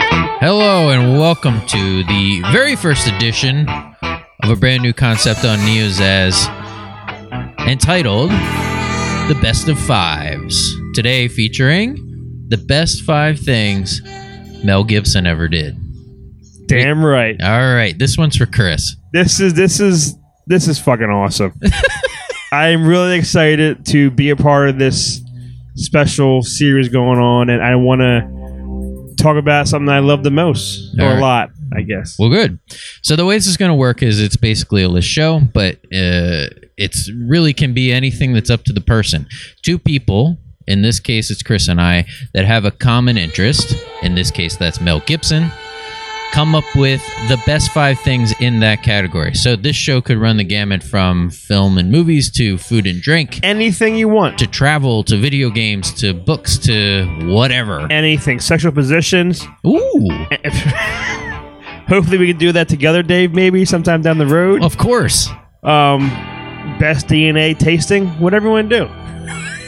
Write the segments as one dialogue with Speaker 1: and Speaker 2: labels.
Speaker 1: Hello and welcome to the very first edition of a brand new concept on News as entitled The Best of Fives. Today featuring the best five things Mel Gibson ever did.
Speaker 2: Damn right.
Speaker 1: All right, this one's for Chris.
Speaker 2: This is this is this is fucking awesome. I'm really excited to be a part of this special series going on, and I want to talk about something I love the most,
Speaker 1: All
Speaker 2: or
Speaker 1: right.
Speaker 2: a lot, I guess.
Speaker 1: Well, good. So the way this is going to work is it's basically a list show, but uh, it's really can be anything that's up to the person. Two people, in this case, it's Chris and I, that have a common interest. In this case, that's Mel Gibson. Come up with the best five things in that category. So this show could run the gamut from film and movies to food and drink
Speaker 2: Anything you want,
Speaker 1: to travel to video games to books to whatever.
Speaker 2: anything, sexual positions.
Speaker 1: Ooh,
Speaker 2: Hopefully, we can do that together, Dave. Maybe sometime down the road.
Speaker 1: of course.
Speaker 2: Um, best DNA tasting, whatever you want to do.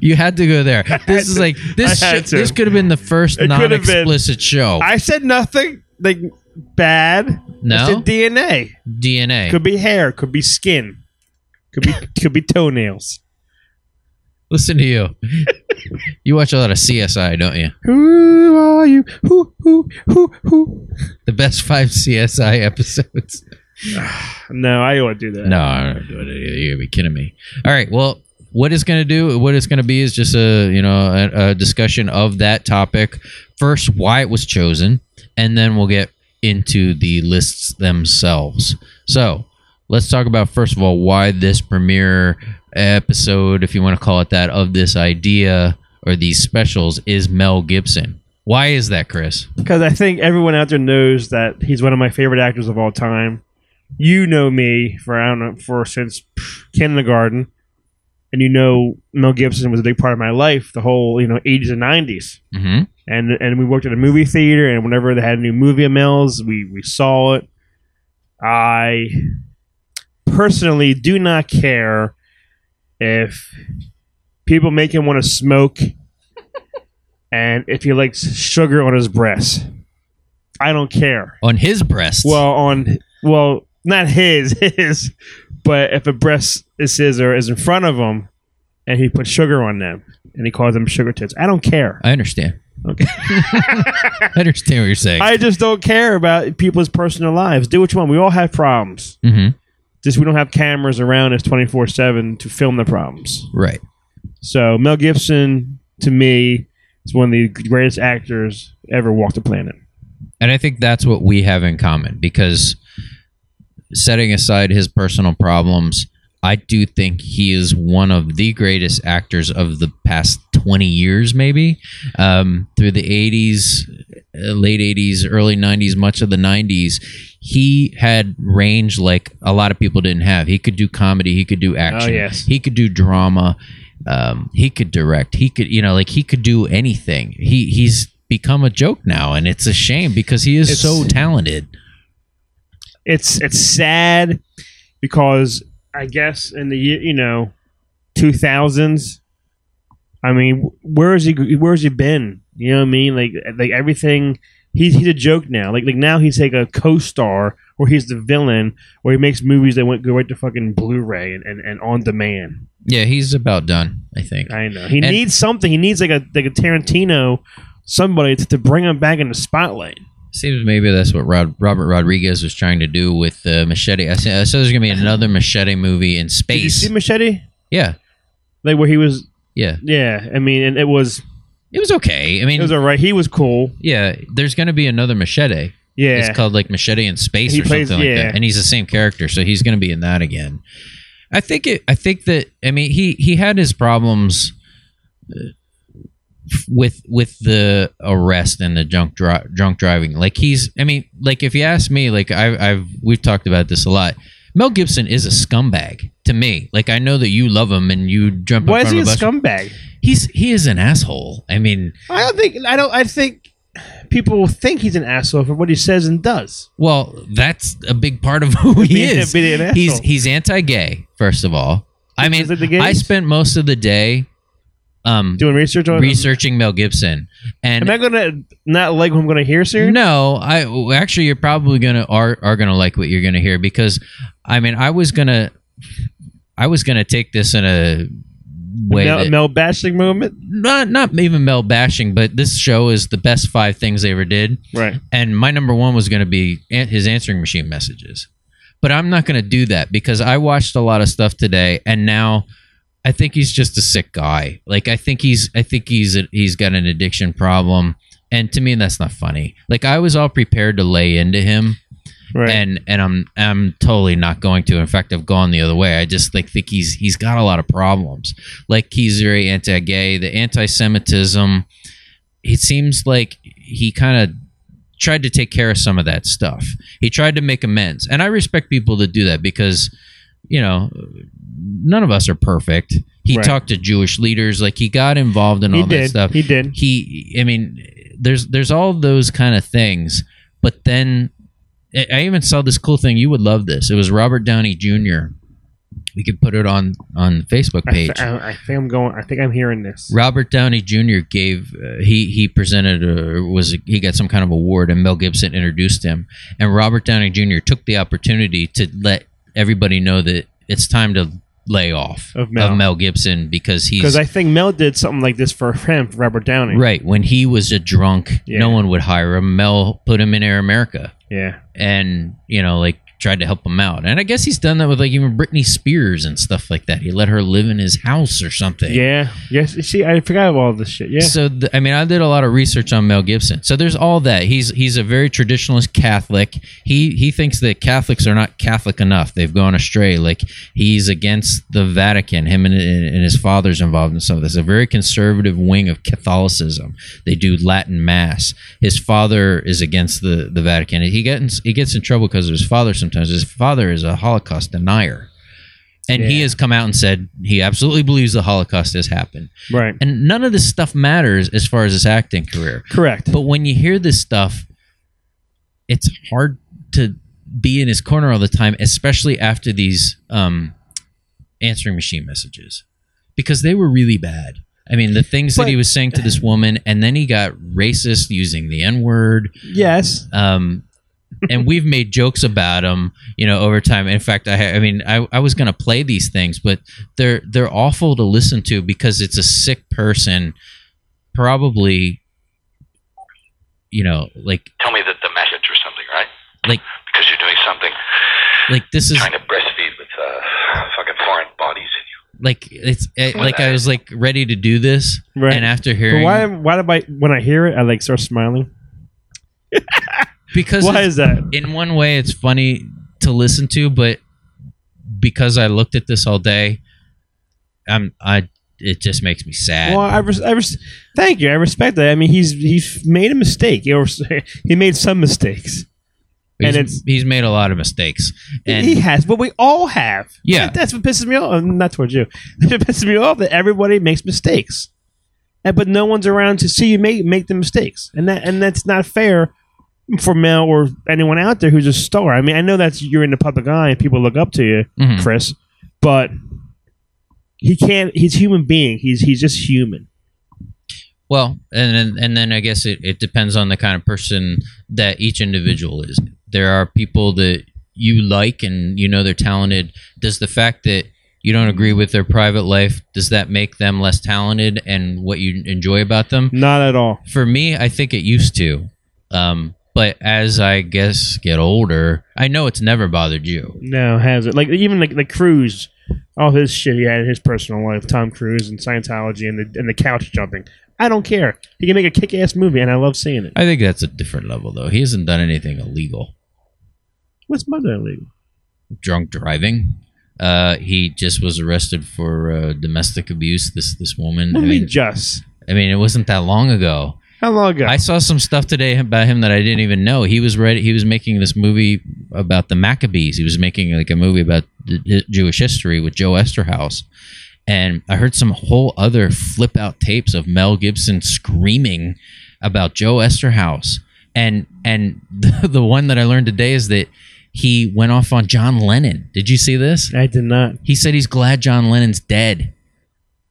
Speaker 1: You had to go there. This is
Speaker 2: to.
Speaker 1: like this.
Speaker 2: I
Speaker 1: Show,
Speaker 2: had to.
Speaker 1: this could have been the first
Speaker 2: It could have been.
Speaker 1: non-explicit show.
Speaker 2: I said nothing like bad. I
Speaker 1: no
Speaker 2: said DNA.
Speaker 1: DNA.
Speaker 2: Could be hair. Could be skin. Could be could be toenails.
Speaker 1: Listen to you. you watch a lot of CSI, don't you?
Speaker 2: Who are you? Who who who who?
Speaker 1: The best five CSI episodes.
Speaker 2: No, I don't do that.
Speaker 1: No, I don't do it. you're gonna be kidding me. All right. Well, what it's gonna do, what it's gonna be, is just a you know a, a discussion of that topic. First, why it was chosen, and then we'll get into the lists themselves. So let's talk about first of all why this premiere episode, if you want to call it that, of this idea or these specials is Mel Gibson. Why is that, Chris?
Speaker 2: because I think everyone out there knows that he's one of my favorite actors of all time. You know me for I don't know for since pff, kindergarten, and you know Mel Gibson was a big part of my life. The whole you know eighties and nineties.
Speaker 1: Mm-hmm.
Speaker 2: and and we worked at a movie theater and whenever they had a new movie of Mel's, we we saw it. I personally do not care if people make him want to smoke and if he likes sugar on his breast. I don't care.
Speaker 1: On his breast.
Speaker 2: Well, on well, not his his, but if a breast is his or is in front of him and he puts sugar on them and he calls them sugar tits, I don't care.
Speaker 1: I understand.
Speaker 2: Okay.
Speaker 1: I understand what you're saying.
Speaker 2: I just don't care about people's personal lives. Do what you want. We all have problems.
Speaker 1: hmm
Speaker 2: Just we don't have cameras around us 24 7 to film the problems.
Speaker 1: Right.
Speaker 2: So Mel Gibson, to me, is one of the greatest actors ever walked the planet.
Speaker 1: And I think that's what we have in common because setting aside his personal problems, I do think he is one of the greatest actors of the past 20 years, maybe um, through the 80s, uh, late 80s, early 90s, much of the 90s. He had range like a lot of people didn't have. He could do comedy, he could do action,
Speaker 2: yes.
Speaker 1: he could do drama, um, he could direct, he could, you know, like he could do anything. He he's become a joke now, and it's a shame because he is
Speaker 2: It's-
Speaker 1: so talented.
Speaker 2: It's it's sad because I guess in the ye- you know 2000s, I mean, where is he? Where's he been? You know what I mean? Like like everything. He's he's a joke now. Like like now he's like a co-star or he's the villain or he makes movies that went go right to fucking Blu-ray and, and, and on demand.
Speaker 1: Yeah, he's about done. I think.
Speaker 2: I know he
Speaker 1: And-
Speaker 2: needs something. He needs like a like a Tarantino, somebody to, to bring him back in the spotlight.
Speaker 1: Seems maybe that's what Rod, Robert Rodriguez was trying to do with uh, Machete. I said, I said there's gonna be another Machete movie in
Speaker 2: Did you
Speaker 1: space.
Speaker 2: see Machete?
Speaker 1: yeah,
Speaker 2: Like where he was?
Speaker 1: yeah,
Speaker 2: Yeah, I mean, and it was
Speaker 1: it was okay. I
Speaker 2: it
Speaker 1: mean,
Speaker 2: was all right. He was cool.
Speaker 1: yeah, there's gonna be another Machete.
Speaker 2: Yeah,
Speaker 1: It's called like Machete in Space
Speaker 2: He
Speaker 1: or
Speaker 2: plays-
Speaker 1: something like
Speaker 2: yeah.
Speaker 1: that. And he's the same character, so he's going to be in that again. I think it. I think that. I mean, he he had his problems uh, with with the arrest and the drunk dri- drunk driving. Like he's. I mean, like if you ask me, like I, I've we've talked about this a lot. Mel Gibson is a scumbag to me. Like I know that you love him and you jump.
Speaker 2: Why
Speaker 1: in
Speaker 2: is
Speaker 1: front
Speaker 2: he a
Speaker 1: of bus-
Speaker 2: scumbag?
Speaker 1: He's he is an asshole. I mean,
Speaker 2: I don't think. I don't. I think people will think he's an asshole for what he says and does.
Speaker 1: Well, that's a big part of who he
Speaker 2: Being-
Speaker 1: is.
Speaker 2: being an
Speaker 1: he's
Speaker 2: asshole.
Speaker 1: he's anti-gay, first of all. I mean,
Speaker 2: Is it the gays?
Speaker 1: I spent most of the day um,
Speaker 2: doing research on
Speaker 1: researching Mel Gibson.
Speaker 2: Am
Speaker 1: And
Speaker 2: I gonna not like what I'm gonna hear soon?
Speaker 1: no, I well, actually you're probably gonna are are gonna like what you're gonna hear because I mean I was gonna I was gonna take this in a way
Speaker 2: Mel,
Speaker 1: that,
Speaker 2: Mel bashing movement.
Speaker 1: not not even Mel bashing, but this show is the best five things they ever did.
Speaker 2: Right.
Speaker 1: and my number one was going to be an- his answering machine messages but i'm not going to do that because i watched a lot of stuff today and now i think he's just a sick guy like i think he's i think he's he's got an addiction problem and to me that's not funny like i was all prepared to lay into him
Speaker 2: Right.
Speaker 1: and and i'm i'm totally not going to in fact i've gone the other way i just like think he's he's got a lot of problems like he's very anti-gay the anti-semitism it seems like he kind of tried to take care of some of that stuff. He tried to make amends. And I respect people that do that because, you know, none of us are perfect. He
Speaker 2: Right.
Speaker 1: talked to Jewish leaders, like he got involved in
Speaker 2: he
Speaker 1: all that
Speaker 2: did.
Speaker 1: stuff.
Speaker 2: He did.
Speaker 1: He I mean, there's there's all those kind of things, but then I I even saw this cool thing. You would love this. It was Robert Downey Jr. We could put it on on the Facebook
Speaker 2: I, th-
Speaker 1: page.
Speaker 2: I, I think I'm going. I think I'm hearing this.
Speaker 1: Robert Downey Jr. gave uh, he he presented a, was he got some kind of award and Mel Gibson introduced him and Robert Downey Jr. took the opportunity to let everybody know that it's time to lay off
Speaker 2: Of Mel.
Speaker 1: Gibson because he's
Speaker 2: Because I think Mel did something like this for him, for Robert Downey.
Speaker 1: right when he was a drunk
Speaker 2: Yeah.
Speaker 1: no one would hire him Mel put him in Air America
Speaker 2: Yeah.
Speaker 1: and you know like tried to help him out and I guess he's done that with like even Britney Spears and stuff like that he let her live in his house or something
Speaker 2: Yeah. Yes. See, I forgot about all this shit. Yeah.
Speaker 1: So th- I mean, I did a lot of research on Mel Gibson. So there's all that. He's he's a very traditionalist Catholic. He he thinks that Catholics are not Catholic enough. They've gone astray. Like he's against the Vatican. Him and, and his father's involved in some of this. A very conservative wing of Catholicism. They do Latin mass. His father is against the the Vatican. He gets he gets in trouble because of his father. Sometimes his father is a Holocaust denier. And he
Speaker 2: Yeah.
Speaker 1: has come out and said he absolutely believes the Holocaust has happened
Speaker 2: Right.
Speaker 1: and none of this stuff matters as far as his acting career.
Speaker 2: Correct.
Speaker 1: But when you hear this stuff, it's hard to be in his corner all the time, especially after these um, answering machine messages, because they were really bad. I mean, the things that he
Speaker 2: But-
Speaker 1: was saying to this woman, and then he got racist using the N word
Speaker 2: yes.
Speaker 1: um, and we've made jokes about them, you know, over time. In fact, I, ha- I mean, I, I was going to play these things, but they're they're awful to listen to because it's a sick person, probably, you know, like
Speaker 3: tell me that the message or something, right?
Speaker 1: Like-
Speaker 3: because you're doing something
Speaker 1: like this is
Speaker 3: trying to breastfeed with uh, fucking foreign bodies. in you.
Speaker 1: like it's eh, like I was like ready to do this,
Speaker 2: Right.
Speaker 1: and after
Speaker 2: but
Speaker 1: hearing
Speaker 2: why? Why did I? When I hear it, I like start smiling.
Speaker 1: because
Speaker 2: Why
Speaker 1: it's-
Speaker 2: is that?
Speaker 1: in one way it's funny to listen to, but because I looked at this all day, I'm I it just makes me sad.
Speaker 2: Well, I, res- I res- thank you. I respect that. I mean, he's he's made a mistake. He, was- he made some mistakes.
Speaker 1: He's,
Speaker 2: And it's-
Speaker 1: he's made a lot of mistakes. And
Speaker 2: he has, but we all have.
Speaker 1: Yeah.
Speaker 2: that's what pisses me off. uh, Not towards you. It pisses me off that everybody makes mistakes, and, but no one's around to see you make make the mistakes, and that and that's not fair for Mel or anyone out there who's a star. I mean, I know that's you're in the public eye and people look up to you,
Speaker 1: Mhm.
Speaker 2: Chris, but he can't. He's a human being. He's he's just human.
Speaker 1: well, and then and then I guess it, it depends on the kind of person that each individual is. There are people that you like and you know they're talented. Does the fact that you don't agree with their private life, does that make them less talented and what you enjoy about them?
Speaker 2: Not at all.
Speaker 1: for me, I think it used to. Um, but as I guess get older, I know it's never bothered you.
Speaker 2: No, has it? Like even like like Cruise, all his shit he had in his personal life, Tom Cruise and Scientology and the and the couch jumping. I don't care. He can make a kick ass movie, and I love seeing it.
Speaker 1: I think that's a different level, though. He hasn't done anything illegal.
Speaker 2: What's mother illegal?
Speaker 1: Drunk driving. Uh, he just was arrested for uh, domestic abuse. This this woman. I
Speaker 2: Let me
Speaker 1: mean,
Speaker 2: just.
Speaker 1: I mean, it wasn't that long ago.
Speaker 2: How long ago?
Speaker 1: I saw some stuff today about him that I didn't even know. He was ready. He was making this movie about the Maccabees. He was making like a movie about the- the Jewish history with Joe Esterhaus. And I heard some whole other flip out tapes of Mel Gibson screaming about Joe Esterhaus. And and the, the one that I learned today is that he went off on John Lennon. Did you see this?
Speaker 2: I did not.
Speaker 1: He said he's glad John Lennon's dead.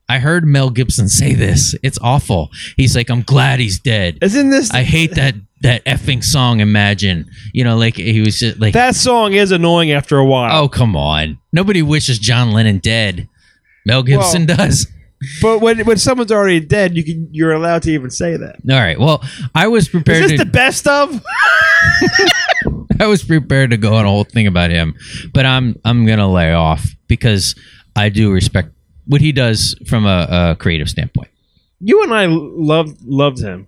Speaker 1: I heard Mel Gibson say this. It's awful. He's like, I'm glad he's dead.
Speaker 2: Isn't this
Speaker 1: I hate that that effing song. Imagine, you know, like he was just like,
Speaker 2: that song is annoying after a while?
Speaker 1: oh come on, nobody wishes John Lennon dead. Mel Gibson does.
Speaker 2: But when when someone's already dead, you can you're allowed to even say that.
Speaker 1: All right. Well, I was prepared.
Speaker 2: Is
Speaker 1: to,
Speaker 2: this the best of?
Speaker 1: I was prepared to go on a whole thing about him, but I'm I'm gonna lay off because I do respect what he does from a, a creative standpoint.
Speaker 2: You and I loved loved him.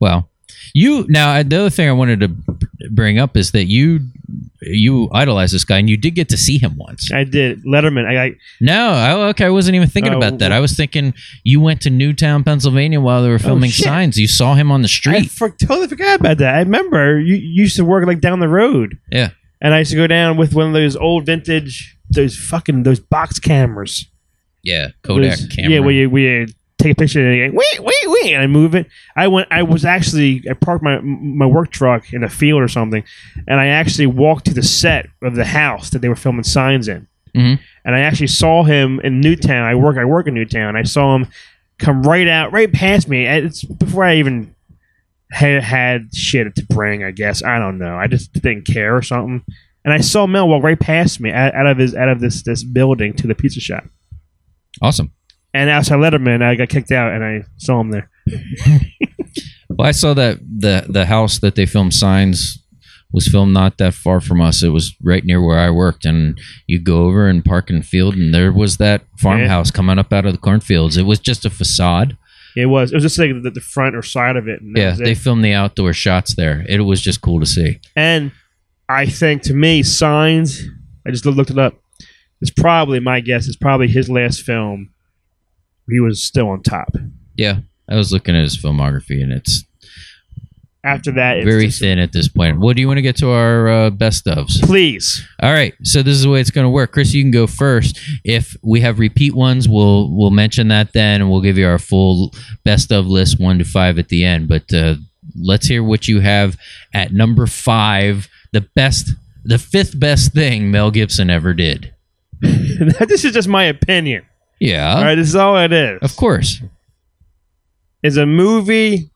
Speaker 1: Well, you now the other thing I wanted to bring up is that you you idolize this guy and you did get to see him once.
Speaker 2: I did Letterman. I, I
Speaker 1: No, I, okay, I wasn't even thinking
Speaker 2: Oh,
Speaker 1: about that.
Speaker 2: wh-
Speaker 1: I was thinking you went to Newtown, Pennsylvania while they were filming
Speaker 2: Oh, shit.
Speaker 1: signs. You saw him on the
Speaker 2: I
Speaker 1: street.
Speaker 2: for, totally forgot about that. I remember you, you used to work like down the road.
Speaker 1: Yeah.
Speaker 2: And I used to go down with one of those old vintage, those fucking those box cameras.
Speaker 1: yeah, Kodak
Speaker 2: Those-
Speaker 1: camera.
Speaker 2: Yeah, where you, where you take a picture and you go, wait, wait, wait, and I move it. I went. I was actually I parked my my work truck in a field or something, and I actually walked to the set of the house that they were filming signs in,
Speaker 1: Mhm.
Speaker 2: and I actually saw him in Newtown. I work. I work in Newtown. I saw him come right out, right past me. And It's before I even had, had shit to bring. I guess I don't know. I just didn't care or something. And I saw Mel walk right past me out, out of his out of this this building to the pizza shop.
Speaker 1: awesome.
Speaker 2: And outside Letterman, I got kicked out, and I saw him there.
Speaker 1: Well, I saw that the the house that they filmed signs was filmed not that far from us. It was right near where I worked, and you go over and park in field, and there was that farmhouse coming up out of the cornfields. It was just a facade.
Speaker 2: It was it was just like the, the front or side of it. And that
Speaker 1: yeah,
Speaker 2: was it.
Speaker 1: they filmed the outdoor shots there. It was just cool to see.
Speaker 2: and I think to me, Signs. I just looked it up. It's probably my guess. It's probably his last film. He was still on top.
Speaker 1: Yeah, I was looking at his filmography, and it's
Speaker 2: After that, it's
Speaker 1: very
Speaker 2: just-
Speaker 1: thin at this point. What do you want to get to our uh, best ofs?
Speaker 2: please.
Speaker 1: All right, so this is the way it's going to work. Chris, you can go first. If we have repeat ones, we'll we'll mention that then, and we'll give you our full best of list one to five at the end. But uh, let's hear what you have at number five. The best, the fifth best thing Mel Gibson ever did.
Speaker 2: this is just my opinion.
Speaker 1: Yeah,
Speaker 2: All right, this is all it is.
Speaker 1: of course.
Speaker 2: It's a movie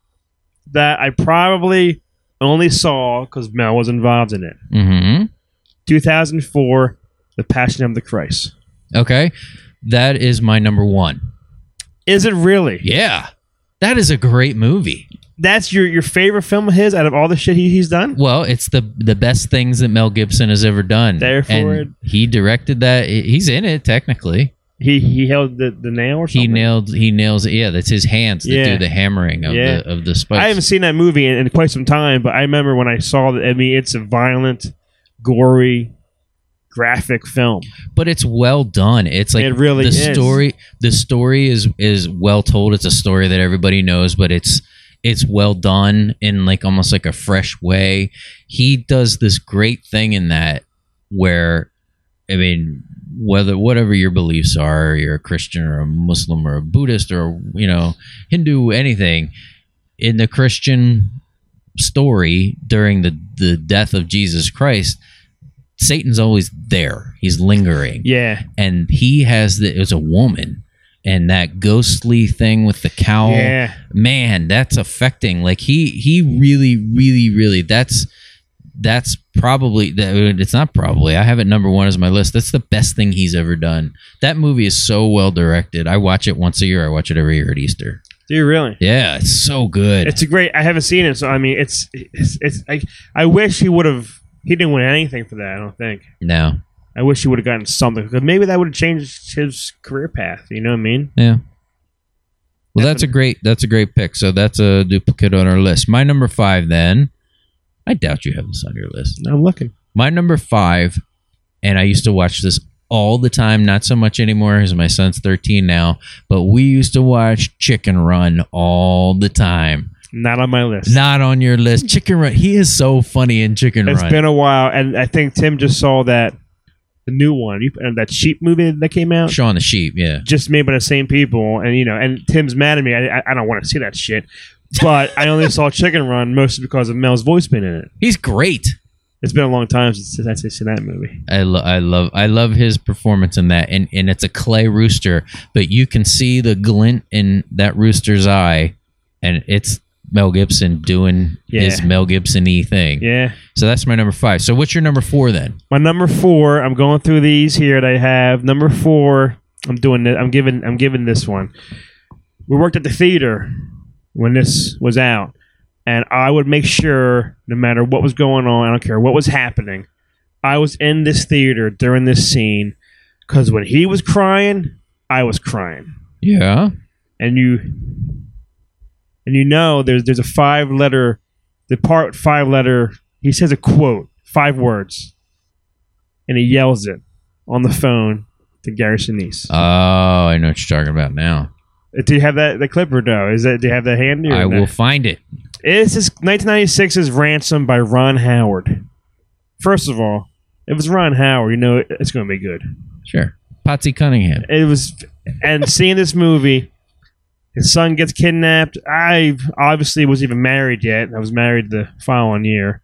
Speaker 2: that I probably only saw because Mel was involved in it.
Speaker 1: hmm
Speaker 2: 2004, The Passion of the Christ.
Speaker 1: Okay, that is my number one.
Speaker 2: Is it really?
Speaker 1: Yeah, that is a great movie.
Speaker 2: That's your your favorite film of his out of all the shit he, he's done.
Speaker 1: Well, it's the the best things that Mel Gibson has ever done.
Speaker 2: Therefore-
Speaker 1: and he directed that. He's in it technically.
Speaker 2: He he held the, the nail or something.
Speaker 1: He nailed. He nails. Yeah, that's his hands that
Speaker 2: Yeah.
Speaker 1: do the hammering of
Speaker 2: Yeah.
Speaker 1: the of the
Speaker 2: I
Speaker 1: spikes.
Speaker 2: haven't seen that movie in, in quite some time, but I remember when I saw that. I mean, it's a violent, gory, graphic film.
Speaker 1: but it's well done. It's like
Speaker 2: It really
Speaker 1: the
Speaker 2: is.
Speaker 1: story. The story is is well told. It's a story that everybody knows, but it's it's well done in like almost like a fresh way. He does this great thing in that where, I mean, whether whatever your beliefs are, you're a Christian or a Muslim or a Buddhist or you know Hindu, anything in the Christian story during the the death of Jesus Christ. Satan's always there. He's lingering
Speaker 2: Yeah,
Speaker 1: and he has the it was a woman and that ghostly thing with the cowl
Speaker 2: yeah.
Speaker 1: man that's affecting like he he really really really that's that's probably that it's not probably i have it number one as my list that's the best thing he's ever done that movie is so well directed i watch it once a year i watch it every year at easter
Speaker 2: Do you really?
Speaker 1: yeah it's so good
Speaker 2: It's a great. I haven't seen it, so I mean, it's it's. it's I, I wish he would have. He didn't win anything for that. I don't think.
Speaker 1: no
Speaker 2: I wish he would have gotten something because maybe that would have changed his career path. You know what I mean?
Speaker 1: Yeah. Well, that's a great that's a great pick. So that's a duplicate on our list. My number five, then. I doubt you have this on your list.
Speaker 2: I'm looking.
Speaker 1: My number five, and I used to watch this all the time. Not so much anymore, as my son's thirteen now. But we used to watch Chicken Run all the time.
Speaker 2: Not on my list.
Speaker 1: Not on your list, Chicken Run. He is so funny in Chicken
Speaker 2: It's
Speaker 1: Run.
Speaker 2: been a while, and I think Tim just saw that the new one, you, and that sheep movie that came out,
Speaker 1: Shaun the Sheep. Yeah.
Speaker 2: just made by the same people, and you know, and Tim's mad at me. I, I, I don't want to see that shit, but I only saw Chicken Run mostly because of Mel's voice being in it.
Speaker 1: He's great.
Speaker 2: It's been a long time since, since I've seen that movie.
Speaker 1: I, lo- I love I love his performance in that, and and it's a clay rooster, but you can see the glint in that rooster's eye, and it's Mel Gibson doing his
Speaker 2: Yeah.
Speaker 1: Mel Gibson y thing.
Speaker 2: Yeah.
Speaker 1: So that's my number five. So what's your number four then?
Speaker 2: My number four, I'm going through these here that I have. Number four, I'm doing it. I'm giving. I'm giving this one. We worked at the theater when this was out, and I would make sure, no matter what was going on, I don't care what was happening, I was in this theater during this scene because when he was crying, I was crying,
Speaker 1: Yeah,
Speaker 2: and you, and you know, there's there's a five letter, the part five letter. He says a quote, five words and he yells it on the phone to Gary Sinise. Uh,
Speaker 1: oh, I know what you're talking about now.
Speaker 2: do you have that the clip or no? Is that do you have that handy? or
Speaker 1: I
Speaker 2: no?
Speaker 1: will find it.
Speaker 2: This is 1996's Ransom by Ron Howard. First of all, if it's Ron Howard, you know it- it's going to be good.
Speaker 1: Sure, Patsy Cunningham.
Speaker 2: It was, and seeing this movie, his son gets kidnapped. I obviously wasn't even married yet. I was married the following year.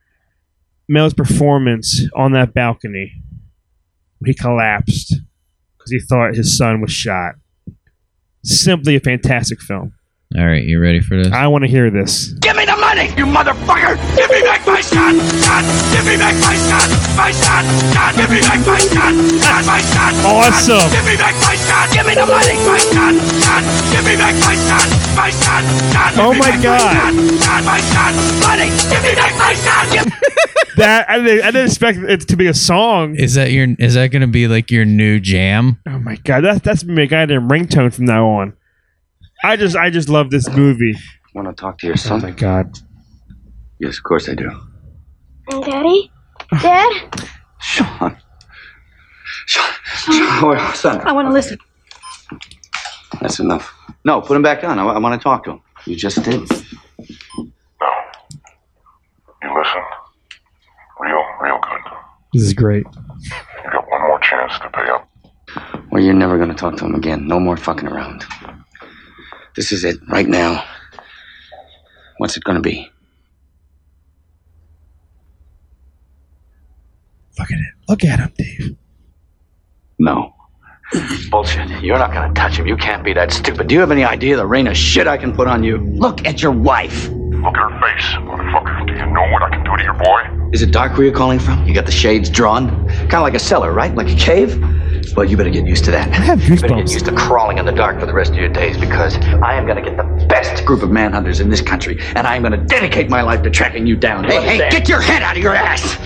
Speaker 2: Mel's performance on that balcony, he collapsed because he thought his son was shot. Simply a fantastic film.
Speaker 1: All right, you ready for this?
Speaker 2: I want to hear this.
Speaker 4: Give me the money, you motherfucker! Give me back my son! Son! Give me back my son! My son! Son! Give me back my son! Son! My son!
Speaker 2: Awesome.
Speaker 4: Give me back my son! Give me the money! My son! Son! Give me back my son! My son! Son! Give
Speaker 2: Oh
Speaker 4: me
Speaker 2: my
Speaker 4: back
Speaker 2: God.
Speaker 4: son! Son! My son! Money! Give me back my son! Give
Speaker 2: That I didn't, I didn't expect it to be a song.
Speaker 1: Is that your? Is that going to be like your new jam?
Speaker 2: Oh my god, that's that's gonna be a goddamn ringtone from now on. I just I just love this movie.
Speaker 5: Want to talk to your son?
Speaker 2: god.
Speaker 5: Yes, of course I do.
Speaker 6: Daddy? Dad?
Speaker 5: Sean. Sean. Sean. where- son.
Speaker 6: I want to listen.
Speaker 5: That's enough. No, put him back on. I, want to talk to him. You just did.
Speaker 3: No. You listen. Real, real good.
Speaker 7: This is great.
Speaker 3: You got one more chance to pay up.
Speaker 5: Well, you're never going to talk to him again. No more fucking around. This is it, right now. What's it going to be?
Speaker 2: Look at it. Look at him, Dave.
Speaker 5: No. Bullshit. You're not going to touch him. You can't be that stupid. Do you have any idea the rain of shit I can put on you? Look at your wife.
Speaker 3: Look at her face, motherfucker. Do you know what I can do to your boy?
Speaker 5: Is it dark where you're calling from? You got the shades drawn? Kind of like a cellar, right? Like a cave? Well, you better get used to that. I
Speaker 2: have
Speaker 5: You better
Speaker 2: goosebumps.
Speaker 5: get used to crawling in the dark for the rest of your days because I am going to get the best group of manhunters in this country and I am going to dedicate my life to tracking you down. Hey, hey,
Speaker 4: understand?
Speaker 5: get your head out of your ass!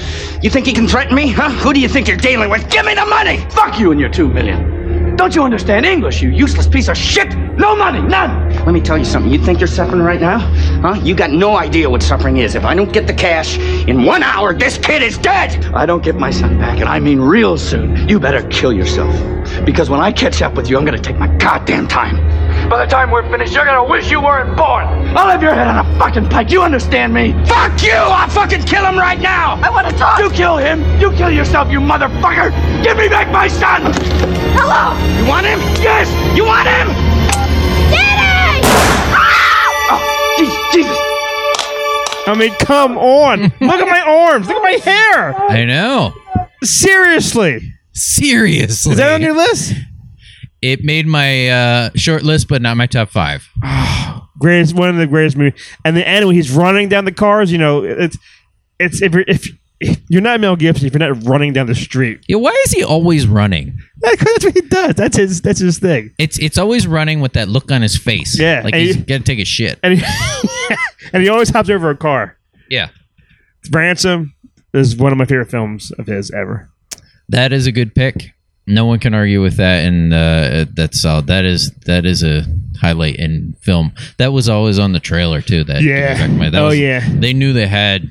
Speaker 5: You think you can threaten me, huh? Who do you think you're dealing with? Give me the money! Fuck you and your two million! Don't you understand English, you useless piece of shit? No money, none! Let me tell you something. You think you're suffering right now? Huh? You got no idea what suffering is. If I don't get the cash, in one hour, this kid is dead! I don't get my son back, and I mean real soon. You better kill yourself. Because when I catch up with you, I'm gonna take my goddamn time. By the time we're finished, you're gonna wish you weren't born! I'll have your head on a fucking pike, you understand me? Fuck you! I'll fucking kill him right now! I wanna talk! You kill him! You kill yourself, you motherfucker! Give me back my son! Hello! You want him? Yes! You want him? Oh, Jesus, Jesus!
Speaker 2: I mean, come on. Look at my arms. Look at my hair.
Speaker 1: I know.
Speaker 2: Seriously.
Speaker 1: Seriously,
Speaker 2: Is that on your list?
Speaker 1: it made my uh, short list, but not my top five.
Speaker 2: Greatest one of the greatest movies. And the end when he's running down the cars, you know, it's it's if you're if, if you're not Mel Gibson, if you're not running down the street.
Speaker 1: Yeah, why is he always running?
Speaker 2: That's what he does. That's his that's his thing.
Speaker 1: It's it's always running with that look on his face.
Speaker 2: Yeah,
Speaker 1: like
Speaker 2: and
Speaker 1: he's
Speaker 2: you-
Speaker 1: gonna take a shit.
Speaker 2: And he, and he always hops over a car.
Speaker 1: Yeah,
Speaker 2: Ransom is one of my favorite films of his ever.
Speaker 1: that is a good pick. No one can argue with that, and uh, that's solid. That is that is a highlight in film. That was always on the trailer too. That
Speaker 2: Yeah.
Speaker 1: that
Speaker 2: Oh,
Speaker 1: was-
Speaker 2: yeah.
Speaker 1: They knew they had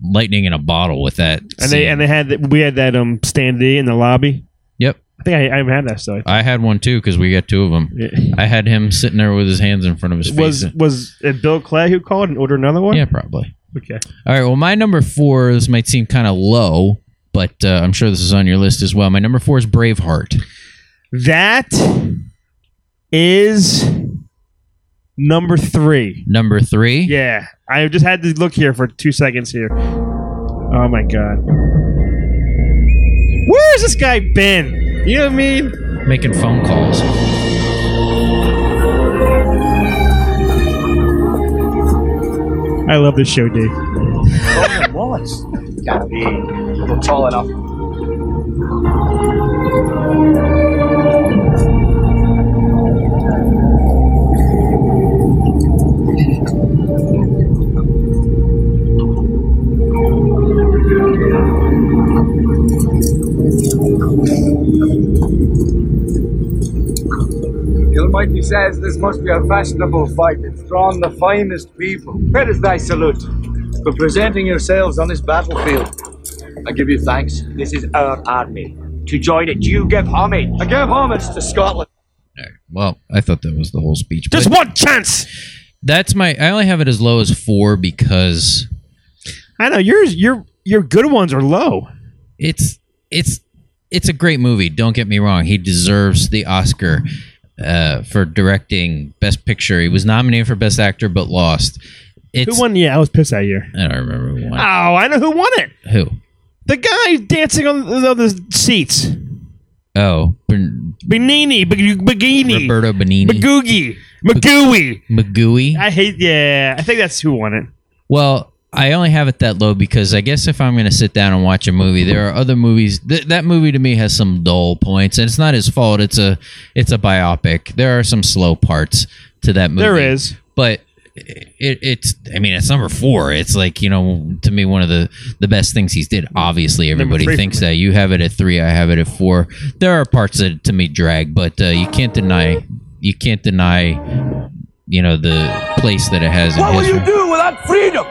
Speaker 1: lightning in a bottle with that.
Speaker 2: And they and they had that we had that um standee in the lobby.
Speaker 1: yep,
Speaker 2: I think I, I even had that. So
Speaker 1: I had one too because we got two of them.
Speaker 2: Yeah.
Speaker 1: I had him sitting there with his hands in front of his
Speaker 2: was
Speaker 1: face.
Speaker 2: was it Bill Clay who called and ordered another one?
Speaker 1: Yeah, probably.
Speaker 2: Okay.
Speaker 1: All right. Well, my number four. This might seem kind of low, but uh, I'm sure this is on your list as well. My number four is Braveheart.
Speaker 2: That is number three.
Speaker 1: Number three.
Speaker 2: Yeah, I just had to look here for two seconds here. Oh my god. Where has this guy been? You know what I mean?
Speaker 1: making phone calls.
Speaker 2: I love this show, Dave.
Speaker 5: Gotta be a little tall enough.
Speaker 7: The Almighty says this must be a fashionable fight. It's drawn the finest people. Where is thy salute for presenting yourselves on this battlefield? I give you thanks.
Speaker 5: This is our army. To join it, you give homage.
Speaker 7: I give homage to Scotland.
Speaker 1: All right. Well, I thought that was the whole speech. but
Speaker 2: Just one chance.
Speaker 1: that's my. I only have it as low as four because
Speaker 2: I know yours. Your your good ones are low.
Speaker 1: it's it's it's a great movie. Don't get me wrong. He deserves the Oscar uh, for directing Best Picture. He was nominated for Best Actor but lost. It's
Speaker 2: Who won? Yeah, I was pissed that year.
Speaker 1: I don't remember who won.
Speaker 2: Oh, I know who won it.
Speaker 1: who?
Speaker 2: The guy dancing on the, on the seats.
Speaker 1: Oh, Bern-
Speaker 2: Benini, Bagini,
Speaker 1: Roberto Benigni.
Speaker 2: Magoogie, Magooey.
Speaker 1: Magooey.
Speaker 2: I hate. Yeah, I think that's who won it.
Speaker 1: Well, I only have it that low because I guess if I'm going to sit down and watch a movie, there are other movies. Th- that movie to me has some dull points, and it's not his fault. It's a it's a biopic. There are some slow parts to that movie.
Speaker 2: There is.
Speaker 1: but it, it's. I mean, it's number four. It's like you know, to me, one of the the best things he's did. Obviously, everybody
Speaker 2: three for
Speaker 1: thinks
Speaker 2: me.
Speaker 1: that. You have it at three. I have it at four. There are parts that to me drag, but uh, you can't deny you can't deny you know the place that it has. in history.
Speaker 7: do without freedom?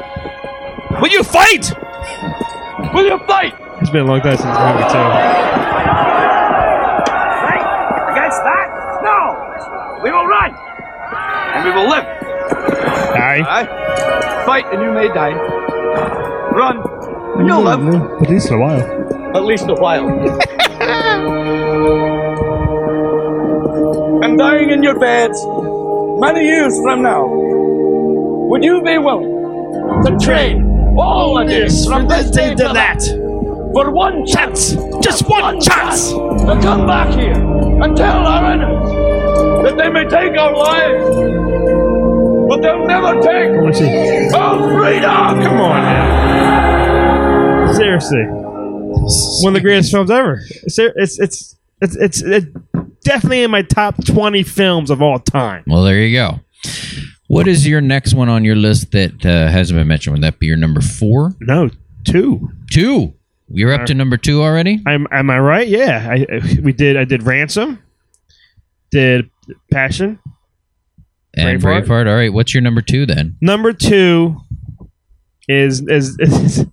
Speaker 2: Will you fight?
Speaker 7: Will you fight?
Speaker 2: It's been a long time since the movie
Speaker 7: Against that? No! We will run! And we will live,
Speaker 2: too. Aye.
Speaker 7: aye? Fight and you may die. Run, and you'll live.
Speaker 2: At least a while.
Speaker 7: At least a while. and dying in your beds many years from now, would you be willing to trade all of this from this day to that for one chance, just one chance, to come back here and tell our enemies that they may take our lives, but they'll never take
Speaker 2: Let's see.
Speaker 7: our freedom? Come on now.
Speaker 2: Seriously, one of the greatest films ever. It's it's it's it's, it's, it's definitely in my top twenty films of all time.
Speaker 1: Well, there you go. What is your next one on your list that uh, hasn't been mentioned? Would that be your number four?
Speaker 2: No, two.
Speaker 1: Two. You're up to number two already?
Speaker 2: I'm am I right? Yeah, I I- we did. I did ransom. Did passion
Speaker 1: And
Speaker 2: Braveheart.
Speaker 1: Braveheart. All right. What's your number two then?
Speaker 2: number two is is, is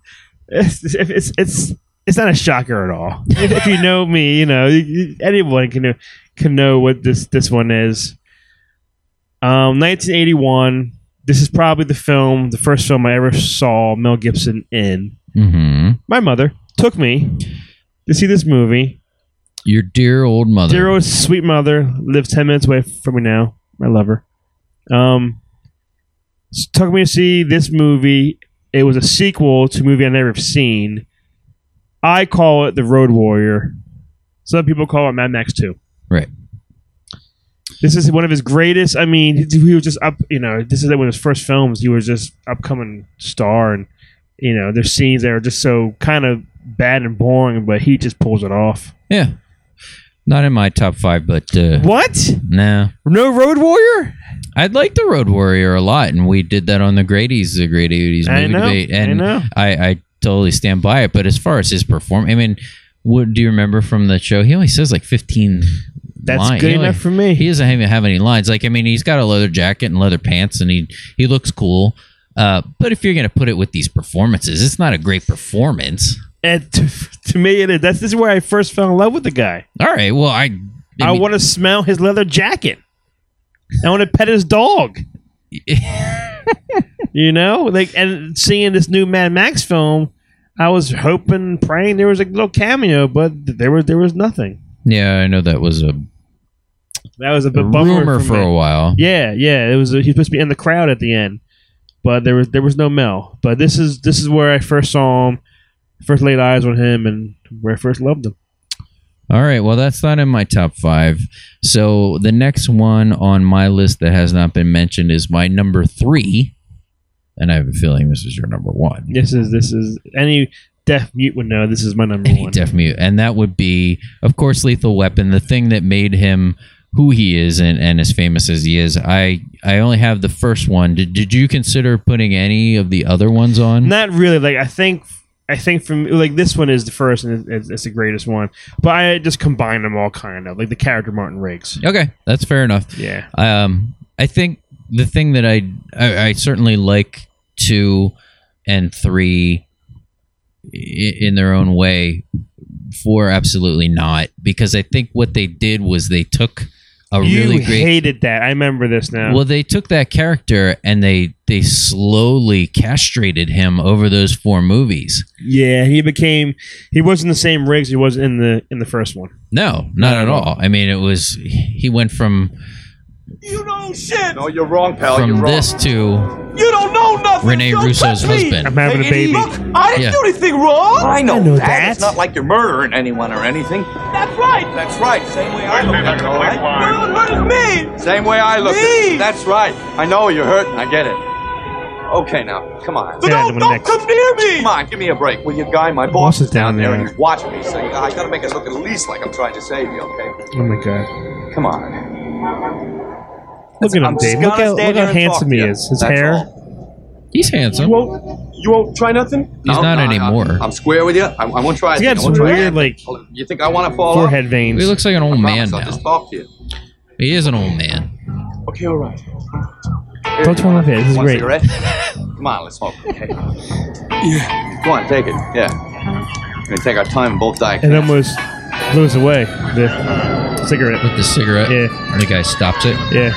Speaker 2: it's, it's it's it's not a shocker at all. If, if you know me, you know you- you- anyone can know, can know what this this one is. Um, 1981. This is probably the film, the first film I ever saw Mel Gibson in.
Speaker 1: Mm-hmm.
Speaker 2: My mother took me to see this movie.
Speaker 1: Your dear old mother.
Speaker 2: Dear sweet mother lives ten minutes away from me now. I love her. Um, s- took me to see this movie. It was a sequel to a movie I never have seen. I call it The Road Warrior. Some people call it Mad Max Two.
Speaker 1: Right.
Speaker 2: This is one of his greatest. I mean, he was just up. You know, this is one of his first films. He was just upcoming star, and you know, there's scenes that are just so kind of bad and boring, but he just pulls it off.
Speaker 1: Yeah. Not in my top five, but uh,
Speaker 2: What?
Speaker 1: no.
Speaker 2: No Road Warrior?
Speaker 1: I'd like the Road Warrior a lot, and we did that on the Great 80s, the Great 80s
Speaker 2: I
Speaker 1: movie
Speaker 2: know,
Speaker 1: debate,
Speaker 2: I
Speaker 1: and
Speaker 2: know.
Speaker 1: I, I totally stand by it. But as far as his performance, I mean, what do you remember from the show? He only says like 15.
Speaker 2: That's
Speaker 1: line-
Speaker 2: good
Speaker 1: he only-
Speaker 2: enough for me.
Speaker 1: He doesn't even have any lines. Like I mean, he's got a leather jacket and leather pants, and he he looks cool. Uh, but if you're gonna put it with these performances, it's not a great performance.
Speaker 2: and to, to me, it is. That's this is where I first fell in love with the guy.
Speaker 1: All right, well I
Speaker 2: I,
Speaker 1: mean,
Speaker 2: want to smell his leather jacket. I want to pet his dog. you know, like and seeing this new Mad Max film, I was hoping, praying there was a little cameo, but there was there was nothing.
Speaker 1: yeah, I know that was a,
Speaker 2: That was a
Speaker 1: a
Speaker 2: bit bummer
Speaker 1: rumor for
Speaker 2: me.
Speaker 1: a while.
Speaker 2: Yeah, yeah. It was he was supposed to be in the crowd at the end, but there was there was no Mel. But this is this is where I first saw him. First laid eyes on him and where I first loved him.
Speaker 1: All right. Well, that's not in my top five. So the next one on my list that has not been mentioned is my number three. And I have a feeling this is your number one.
Speaker 2: This is this is any deaf mute would know this is my number
Speaker 1: Any
Speaker 2: one.
Speaker 1: deaf mute. And that would be, of course, Lethal Weapon, the thing that made him who he is and, and as famous as he is. I I only have the first one. Did, did you consider putting any of the other ones on?
Speaker 2: Not really. Like I think I think from like this one is the first and it's, it's the greatest one. But I just combine them all kind of like the character Martin Riggs.
Speaker 1: Okay. That's fair enough.
Speaker 2: Yeah.
Speaker 1: Um, I think the thing that I, I I certainly like two and three i- in their own way. Four, absolutely not, because I think what they did was they took a
Speaker 2: you
Speaker 1: really great.
Speaker 2: hated that. I remember this now.
Speaker 1: well, they took that character and they they slowly castrated him over those four movies.
Speaker 2: yeah, he became he wasn't the same Riggs he was in the in the first one.
Speaker 1: No, not at all. I mean, it was he went from
Speaker 8: No, you're wrong, pal.
Speaker 1: from
Speaker 8: you're wrong.
Speaker 1: this to
Speaker 8: You don't know nothing.
Speaker 1: Rene
Speaker 8: Don't
Speaker 1: Russo's
Speaker 8: touch me.
Speaker 1: husband.
Speaker 2: I'm having a
Speaker 8: Take it easy.
Speaker 2: baby.
Speaker 8: Look, I didn't
Speaker 1: Yeah.
Speaker 8: do anything wrong. I know,
Speaker 2: that. that. It's
Speaker 8: It's
Speaker 2: not
Speaker 8: not like you're murdering anyone or anything. That's right. That's right. Same way I look at it. All right? You hurted me. Same way I look at it. That's right. I know you're hurting. I get it. Okay, now, come on.
Speaker 2: Yeah, the one next.
Speaker 8: near me. Come on, give me a break. Will you, guy? My boss is down there, and he's watching me. So uh, I gotta make it look at least like I'm trying to save you. Okay?
Speaker 2: Oh my god.
Speaker 8: Come on.
Speaker 2: Look at him,
Speaker 8: I'm just
Speaker 2: Dave. Look
Speaker 8: gonna
Speaker 2: how,
Speaker 8: stand
Speaker 2: look
Speaker 8: here
Speaker 2: how
Speaker 8: and talk
Speaker 2: handsome
Speaker 8: to
Speaker 2: he
Speaker 8: you.
Speaker 2: is. His
Speaker 8: That's
Speaker 2: hair.
Speaker 8: all.
Speaker 1: he's handsome.
Speaker 7: won't. You won't try nothing.
Speaker 1: He's not anymore.
Speaker 8: I'm, I'm square with you. I, I won't try.
Speaker 2: He's
Speaker 8: anything. I
Speaker 2: got
Speaker 8: won't
Speaker 2: some
Speaker 8: try
Speaker 2: weird, like,
Speaker 8: anything. You think I want to fall off?
Speaker 2: Forehead veins.
Speaker 1: He looks like an old man
Speaker 8: Promise, I'll
Speaker 1: now.
Speaker 8: just talk to you.
Speaker 1: He is an old man.
Speaker 7: Okay, all right.
Speaker 2: Don't turn off it. This is
Speaker 8: Want a
Speaker 2: great.
Speaker 8: cigarette? Come on, let's smoke. Okay. Yeah. Go on, take it. Yeah. We're gonna take our time and both die.
Speaker 2: It almost blew us away. The cigarette.
Speaker 1: The cigarette.
Speaker 2: Yeah.
Speaker 1: And the guy stops it.
Speaker 2: Yeah.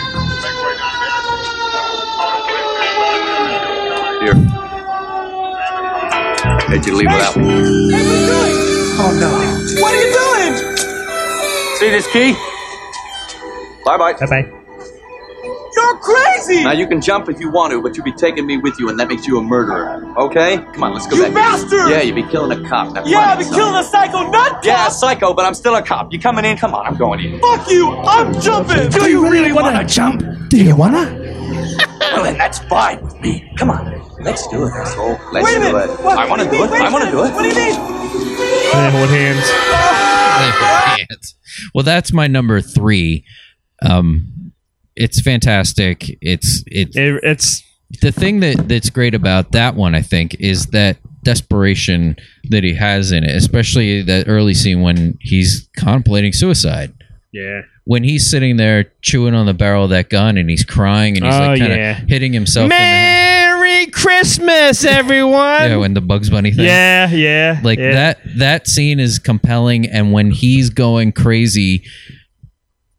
Speaker 8: Here. Did you leave without me?
Speaker 7: What are you doing?
Speaker 8: See this key? Bye bye.
Speaker 2: Bye bye.
Speaker 7: You're crazy.
Speaker 8: Now you can jump if you want to, but you'll be taking me with you, and that makes you a murderer. Okay? Come on, let's go
Speaker 7: You
Speaker 8: back.
Speaker 7: bastard!
Speaker 8: Yeah, you'd be killing a cop. Now
Speaker 7: yeah,
Speaker 8: find
Speaker 7: I've been
Speaker 8: yourself.
Speaker 7: killing a psycho nut.
Speaker 8: Yeah, psycho, but I'm still a cop. You coming in? Come on, I'm going in.
Speaker 7: Fuck you. I'm jumping.
Speaker 5: Do you really want to jump? Do you want to? well, then that's fine with me. Come on.
Speaker 8: Let's do it, asshole. Let's
Speaker 7: Wait
Speaker 8: do
Speaker 7: a minute.
Speaker 8: it.
Speaker 7: What?
Speaker 8: I want to do
Speaker 7: What
Speaker 8: it.
Speaker 7: you mean?
Speaker 8: I want to do
Speaker 7: What do
Speaker 8: it.
Speaker 7: you mean?
Speaker 2: And hold hands.
Speaker 1: Hands. Well, that's my number three. Um, it's fantastic. It's it's
Speaker 2: It, it's
Speaker 1: the thing that that's great about that one. I think is that desperation that he has in it, especially that early scene when he's contemplating suicide.
Speaker 2: yeah.
Speaker 1: When he's sitting there chewing on the barrel of that gun and he's crying and he's
Speaker 2: Oh,
Speaker 1: like kind of
Speaker 2: yeah.
Speaker 1: hitting himself. in
Speaker 2: Merry Christmas,
Speaker 1: the head.
Speaker 2: everyone.
Speaker 1: Yeah, when the Bugs Bunny thing.
Speaker 2: yeah, yeah.
Speaker 1: like
Speaker 2: yeah.
Speaker 1: that that scene is compelling and when he's going crazy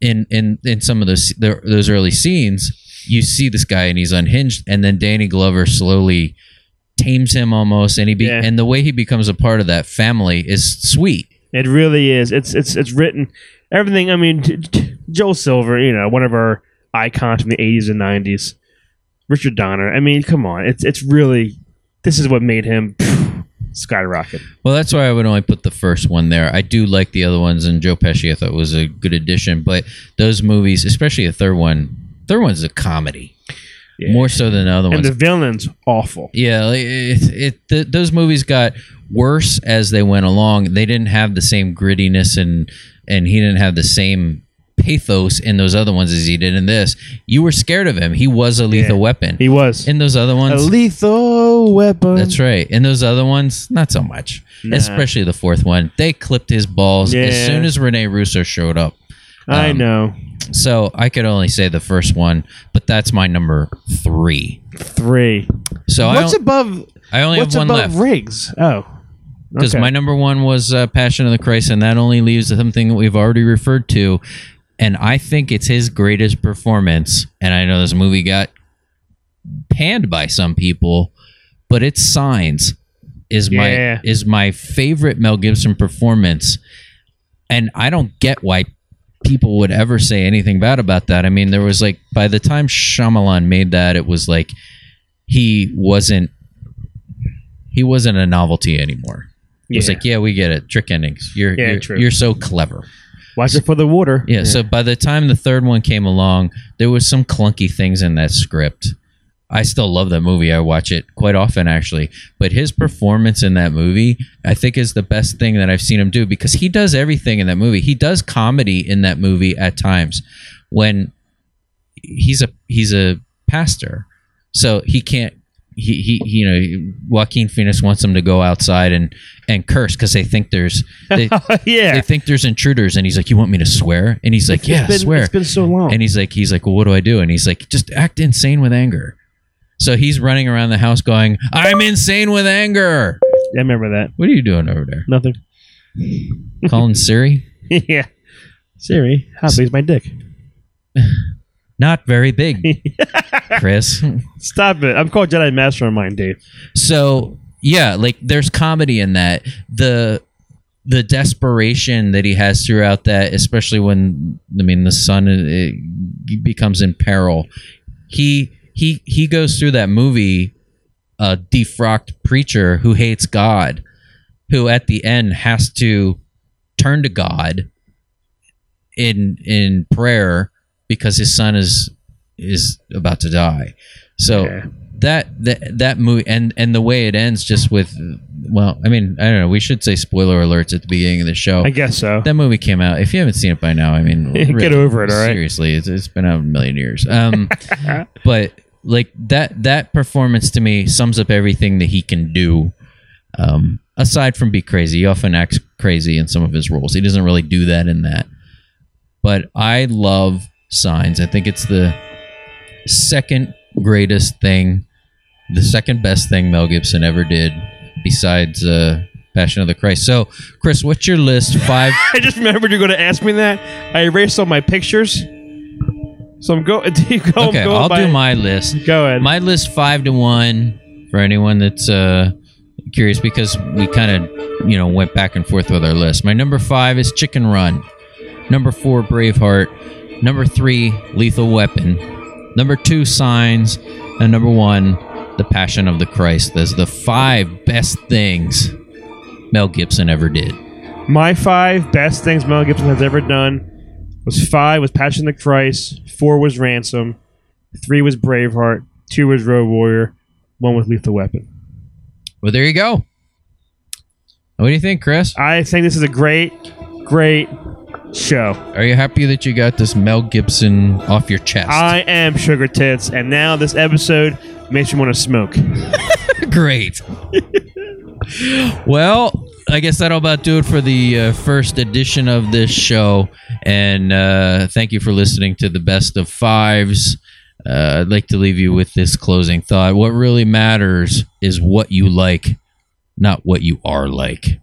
Speaker 1: in in in some of those the, those early scenes you see this guy and he's unhinged and then Danny Glover slowly tames him almost and he be,
Speaker 2: Yeah.
Speaker 1: and the way he becomes a part of that family is sweet
Speaker 2: It really is. It's it's it's written everything. I mean, t- t- Joel Silver, you know, one of our icons from the '80s and '90s. Richard Donner. I mean, come on. It's it's really. This is what made him phew, skyrocket.
Speaker 1: Well, that's why I would only put the first one there. I do like the other ones, and Joe Pesci I thought was a good addition. But those movies, especially the third one, third one's a comedy
Speaker 2: Yeah.
Speaker 1: more so than the other
Speaker 2: And
Speaker 1: ones.
Speaker 2: the villain's awful.
Speaker 1: Yeah, like, it, it, th those movies got worse as they went along. They didn't have the same grittiness and and he didn't have the same pathos in those other ones as he did in this. You were scared of him. He was a lethal
Speaker 2: Yeah.
Speaker 1: weapon.
Speaker 2: He was
Speaker 1: in those other
Speaker 2: a
Speaker 1: ones,
Speaker 2: lethal weapon.
Speaker 1: that's right. In those other ones, not so much.
Speaker 2: Nah.
Speaker 1: Especially the fourth one. They clipped his balls
Speaker 2: Yeah.
Speaker 1: as soon as Rene Russo showed up.
Speaker 2: I
Speaker 1: Um,
Speaker 2: know.
Speaker 1: So I could only say the first one, but that's my number three.
Speaker 2: Three.
Speaker 1: So I,
Speaker 2: what's
Speaker 1: don't,
Speaker 2: above?
Speaker 1: I only have
Speaker 2: What's
Speaker 1: one
Speaker 2: above
Speaker 1: left.
Speaker 2: Riggs? Oh,
Speaker 1: because my number one was uh, Passion of the Christ, and that only leaves something that we've already referred to. And I think it's his greatest performance. And I know this movie got panned by some people, but it's Signs is
Speaker 2: Yeah.
Speaker 1: my is my favorite Mel Gibson performance. And I don't get why people would ever say anything bad about that. I mean, there was like by the time Shyamalan made that, it was like he wasn't he wasn't a novelty anymore. It was
Speaker 2: Yeah.
Speaker 1: like, yeah, we get it. Trick endings. You're
Speaker 2: Yeah,
Speaker 1: you're,
Speaker 2: true.
Speaker 1: you're so clever.
Speaker 2: Watch it for the water.
Speaker 1: Yeah, So by the time the third one came along, there was some clunky things in that script. I still love that movie. I watch it quite often, actually. But his performance in that movie, I think, is the best thing that I've seen him do because he does everything in that movie. He does comedy in that movie at times when he's a he's a pastor, so he can't. He, he, he- you know, Joaquin Phoenix wants him to go outside and and curse because they think there's they,
Speaker 2: yeah.
Speaker 1: they think there's intruders and he's like you want me to swear and he's like yeah
Speaker 2: it's been,
Speaker 1: swear
Speaker 2: It's been so long.
Speaker 1: and he's like he's like well what do i do and he's like just act insane with anger so he's running around the house going i'm insane with anger
Speaker 2: I remember that.
Speaker 1: what are you doing over there
Speaker 2: Nothing.
Speaker 1: calling siri
Speaker 2: yeah. Siri, how big's my dick?
Speaker 1: not very big chris
Speaker 2: Stop it. I'm called Jedi Mastermind, Dave.
Speaker 1: so yeah like there's comedy in that the the desperation that he has throughout that especially when i mean the son uh, uh, becomes in peril he he he goes through that movie a defrocked preacher who hates god who at the end has to turn to god in in prayer because his son is is about to die so
Speaker 2: Yeah.
Speaker 1: that that that movie and and the way it ends just with well i mean i don't know we should say spoiler alerts at the beginning of the show
Speaker 2: I guess so.
Speaker 1: that movie came out. If you haven't seen it by now, I mean,
Speaker 2: Get over it, all right?
Speaker 1: Seriously, it's, it's been out a million years. Um, but like that that performance to me sums up everything that he can do. Um, aside from be crazy, he often acts crazy in some of his roles. He doesn't really do that in that. But I love Signs. I think it's the second greatest thing, the second best thing Mel Gibson ever did, besides uh, Passion of the Christ. So, Chris, what's your list? Five.
Speaker 2: I just remembered you're going to ask me that. I erased all my pictures. So I'm go. you go
Speaker 1: okay,
Speaker 2: I'm going
Speaker 1: I'll
Speaker 2: by-
Speaker 1: do my list.
Speaker 2: Go ahead.
Speaker 1: My list five to one for anyone that's uh, curious because we kind of you know went back and forth with our list. My number five is Chicken Run. Number four, Braveheart. Number three, Lethal Weapon. Number two, Signs. And number one, The Passion of the Christ. Those are the five best things Mel Gibson ever did.
Speaker 2: My five best things Mel Gibson has ever done was five was Passion of the Christ, four was Ransom, three was Braveheart, two was Road Warrior, one was Lethal Weapon.
Speaker 1: Well, there you go. What do you think, Chris?
Speaker 2: I think this is a great, great show.
Speaker 1: Are you happy that you got this Mel Gibson off your chest?
Speaker 2: I am Sugar Tits, and now this episode makes me want to smoke.
Speaker 1: Great. well, I guess that'll about do it for the uh, first edition of this show. And uh, thank you for listening to the best of fives. Uh, I'd like to leave you with this closing thought. What really matters is what you like, not what you are like.